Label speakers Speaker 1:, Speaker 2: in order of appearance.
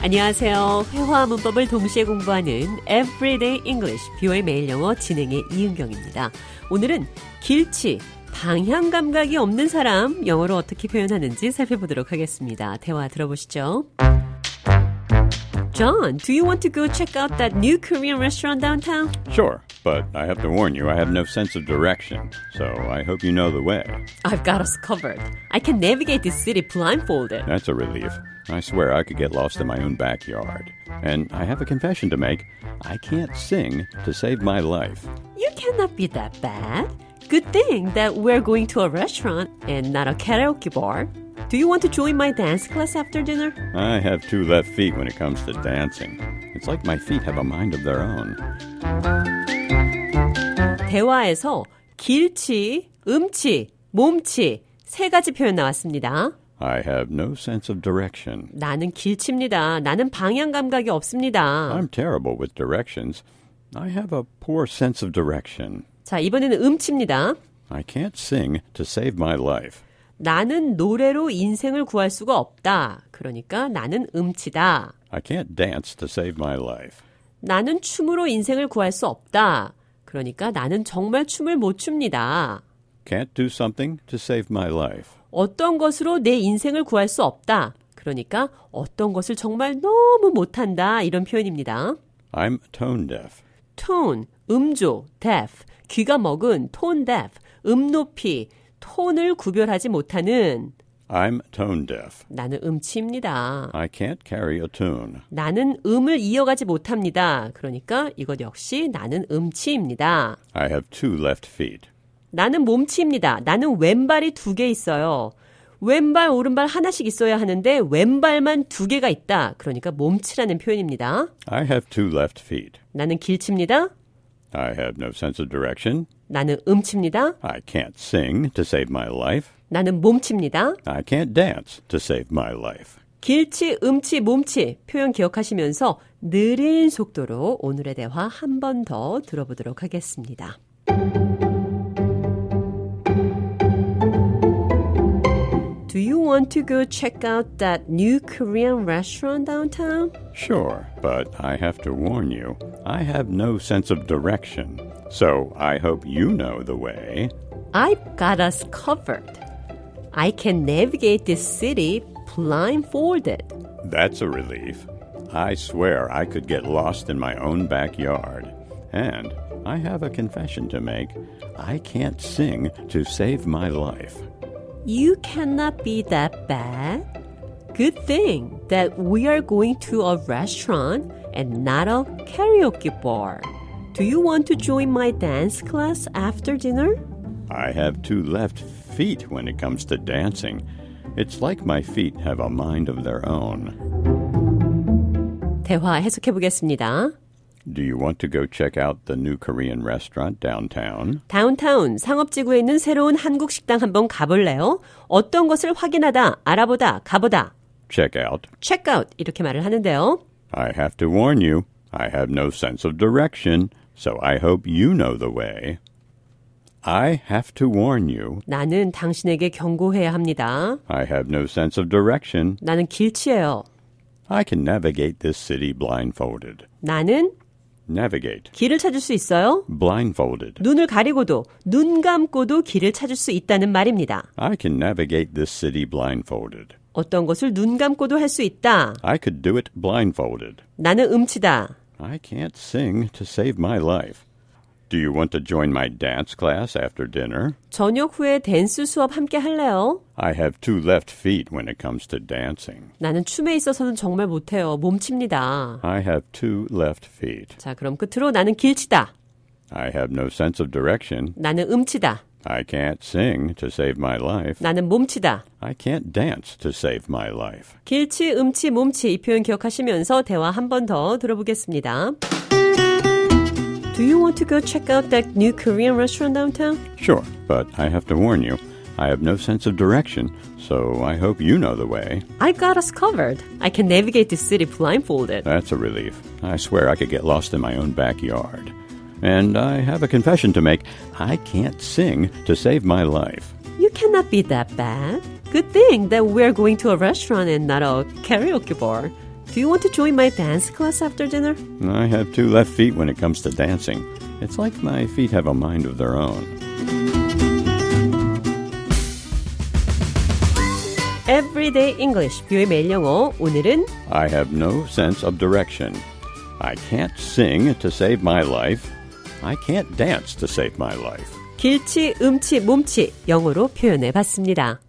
Speaker 1: 안녕하세요. 회화 문법을 동시에 공부하는 Everyday English 뷰의 매일 영어 진행의 이은경입니다. 오늘은 길치 방향 감각이 없는 사람 영어로 어떻게 표현하는지 살펴보도록 하겠습니다. 대화 들어보시죠. John, do you want to go check out that new Korean restaurant downtown?
Speaker 2: Sure, but I have to warn you, I have no sense of direction, so I hope you know the way.
Speaker 1: I've got us covered. I can navigate this city blindfolded.
Speaker 2: That's a relief. I swear I could get lost in my own backyard. And I have a confession to make I can't sing to save my life.
Speaker 1: You cannot be that bad. Good thing that we're going to a restaurant and not a karaoke bar. Do you want to join my dance class after dinner?
Speaker 2: I have two left feet when it comes to dancing. It's like my feet have a mind of their own.
Speaker 1: 대화에서 길치, 음치, 몸치 세 가지 표현 나왔습니다.
Speaker 2: I have no sense of direction.
Speaker 1: 나는 길치입니다. 나는 방향 감각이 없습니다.
Speaker 2: I'm terrible with directions. I have a poor sense of direction.
Speaker 1: 자, 이번에는 음치입니다.
Speaker 2: I can't sing to save my life.
Speaker 1: 나는 노래로 인생을 구할 수가 없다. 그러니까 나는 음치다.
Speaker 2: I can't dance to save my life.
Speaker 1: 나는 춤으로 인생을 구할 수 없다. 그러니까 나는 정말 춤을 못 춥니다.
Speaker 2: Can't do something to save my life.
Speaker 1: 어떤 것으로 내 인생을 구할 수 없다. 그러니까 어떤 것을 정말 너무 못한다. 이런 표현입니다.
Speaker 2: I'm tone deaf.
Speaker 1: tone, 음조, deaf, 귀가 먹은 tone deaf, 음 높이, 톤을 구별하지 못하는
Speaker 2: I'm tone deaf.
Speaker 1: 나는 음치입니다.
Speaker 2: I can't carry a tune.
Speaker 1: 나는 음을 이어가지 못합니다. 그러니까 이것 역시 나는 음치입니다.
Speaker 2: I have two left feet.
Speaker 1: 나는 몸치입니다. 나는 왼발이 두 개 있어요. 왼발, 오른발 하나씩 있어야 하는데 왼발만 두 개가 있다. 그러니까 몸치라는 표현입니다.
Speaker 2: I have two left feet.
Speaker 1: 나는 길치입니다.
Speaker 2: I have no sense of direction.
Speaker 1: 나는 음치입니다.
Speaker 2: I can't sing to save my life.
Speaker 1: 나는 몸치입니다.
Speaker 2: I can't dance to save my life.
Speaker 1: 길치, 음치, 몸치 표현 기억하시면서 느린 속도로 오늘의 대화 한 번 더 들어보도록 하겠습니다. Do you want to go check out that new Korean restaurant downtown?
Speaker 2: Sure, but I have to warn you, I have no sense of direction. So I hope you know the way.
Speaker 1: I've got us covered. I can navigate this city blindfolded.
Speaker 2: That's a relief. I swear I could get lost in my own backyard. And I have a confession to make. I can't sing to save my life.
Speaker 1: You cannot be that bad. Good thing that we are going to a restaurant and not a karaoke bar. Do you want to join my dance class after dinner?
Speaker 2: I have two left feet when it comes to dancing. It's like my feet have a mind of their own.
Speaker 1: 대화 해석해 보겠습니다.
Speaker 2: Do you want to go check out the new Korean restaurant downtown?
Speaker 1: 다운타운 상업지구에 있는 새로운 한국 식당 한번 가볼래요? 어떤 것을 확인하다, 알아보다, 가보다,
Speaker 2: Check out.
Speaker 1: 체크아웃 이렇게 말을 하는데요.
Speaker 2: I have to warn you, I have no sense of direction, so I hope you know the way. I have to warn you,
Speaker 1: 나는 당신에게 경고해야 합니다.
Speaker 2: I have no sense of direction.
Speaker 1: 나는 길치예요.
Speaker 2: I can navigate this city blindfolded.
Speaker 1: 나는
Speaker 2: Navigate.
Speaker 1: 길을 찾을 수 있어요.
Speaker 2: Blindfolded.
Speaker 1: 눈을 가리고도 눈 감고도 길을 찾을 수 있다는 말입니다.
Speaker 2: I can navigate this city blindfolded.
Speaker 1: 어떤 것을 눈 감고도 할 수 있다.
Speaker 2: I could do it blindfolded.
Speaker 1: 나는 음치다.
Speaker 2: I can't sing to save my life. Do you want to join my dance class after dinner?
Speaker 1: 저녁 후에 댄스 수업 함께 할래요?
Speaker 2: I have two left feet when it comes to dancing.
Speaker 1: 나는 춤에 있어서는 정말 못해요. 몸칩니다.
Speaker 2: I have two left feet.
Speaker 1: 자, 그럼 끝으로 나는 길치다.
Speaker 2: I have no sense of direction.
Speaker 1: 나는 음치다.
Speaker 2: I can't sing to save my life.
Speaker 1: 나는 몸치다.
Speaker 2: I can't dance to save my life.
Speaker 1: 길치, 음치, 몸치 이 표현 기억하시면서 대화 한 번 더 들어보겠습니다. Do you want to go check out that new Korean restaurant downtown?
Speaker 2: Sure, but I have to warn you, I have no sense of direction, so I hope you know the way.
Speaker 1: I've got us covered. I can navigate this city blindfolded.
Speaker 2: That's a relief. I swear I could get lost in my own backyard. And I have a confession to make I can't sing to save my life.
Speaker 1: You cannot be that bad. Good thing that we're going to a restaurant and not a karaoke bar. Do you want to join my dance class after dinner?
Speaker 2: I have two left feet when it comes to dancing. It's like my feet have a mind of their own.
Speaker 1: Everyday English, 뷰의 매일 영어. 오늘은
Speaker 2: I have no sense of direction. I can't sing to save my life. I can't dance to save my life.
Speaker 1: 길치, 음치, 몸치 영어로 표현해 봤습니다.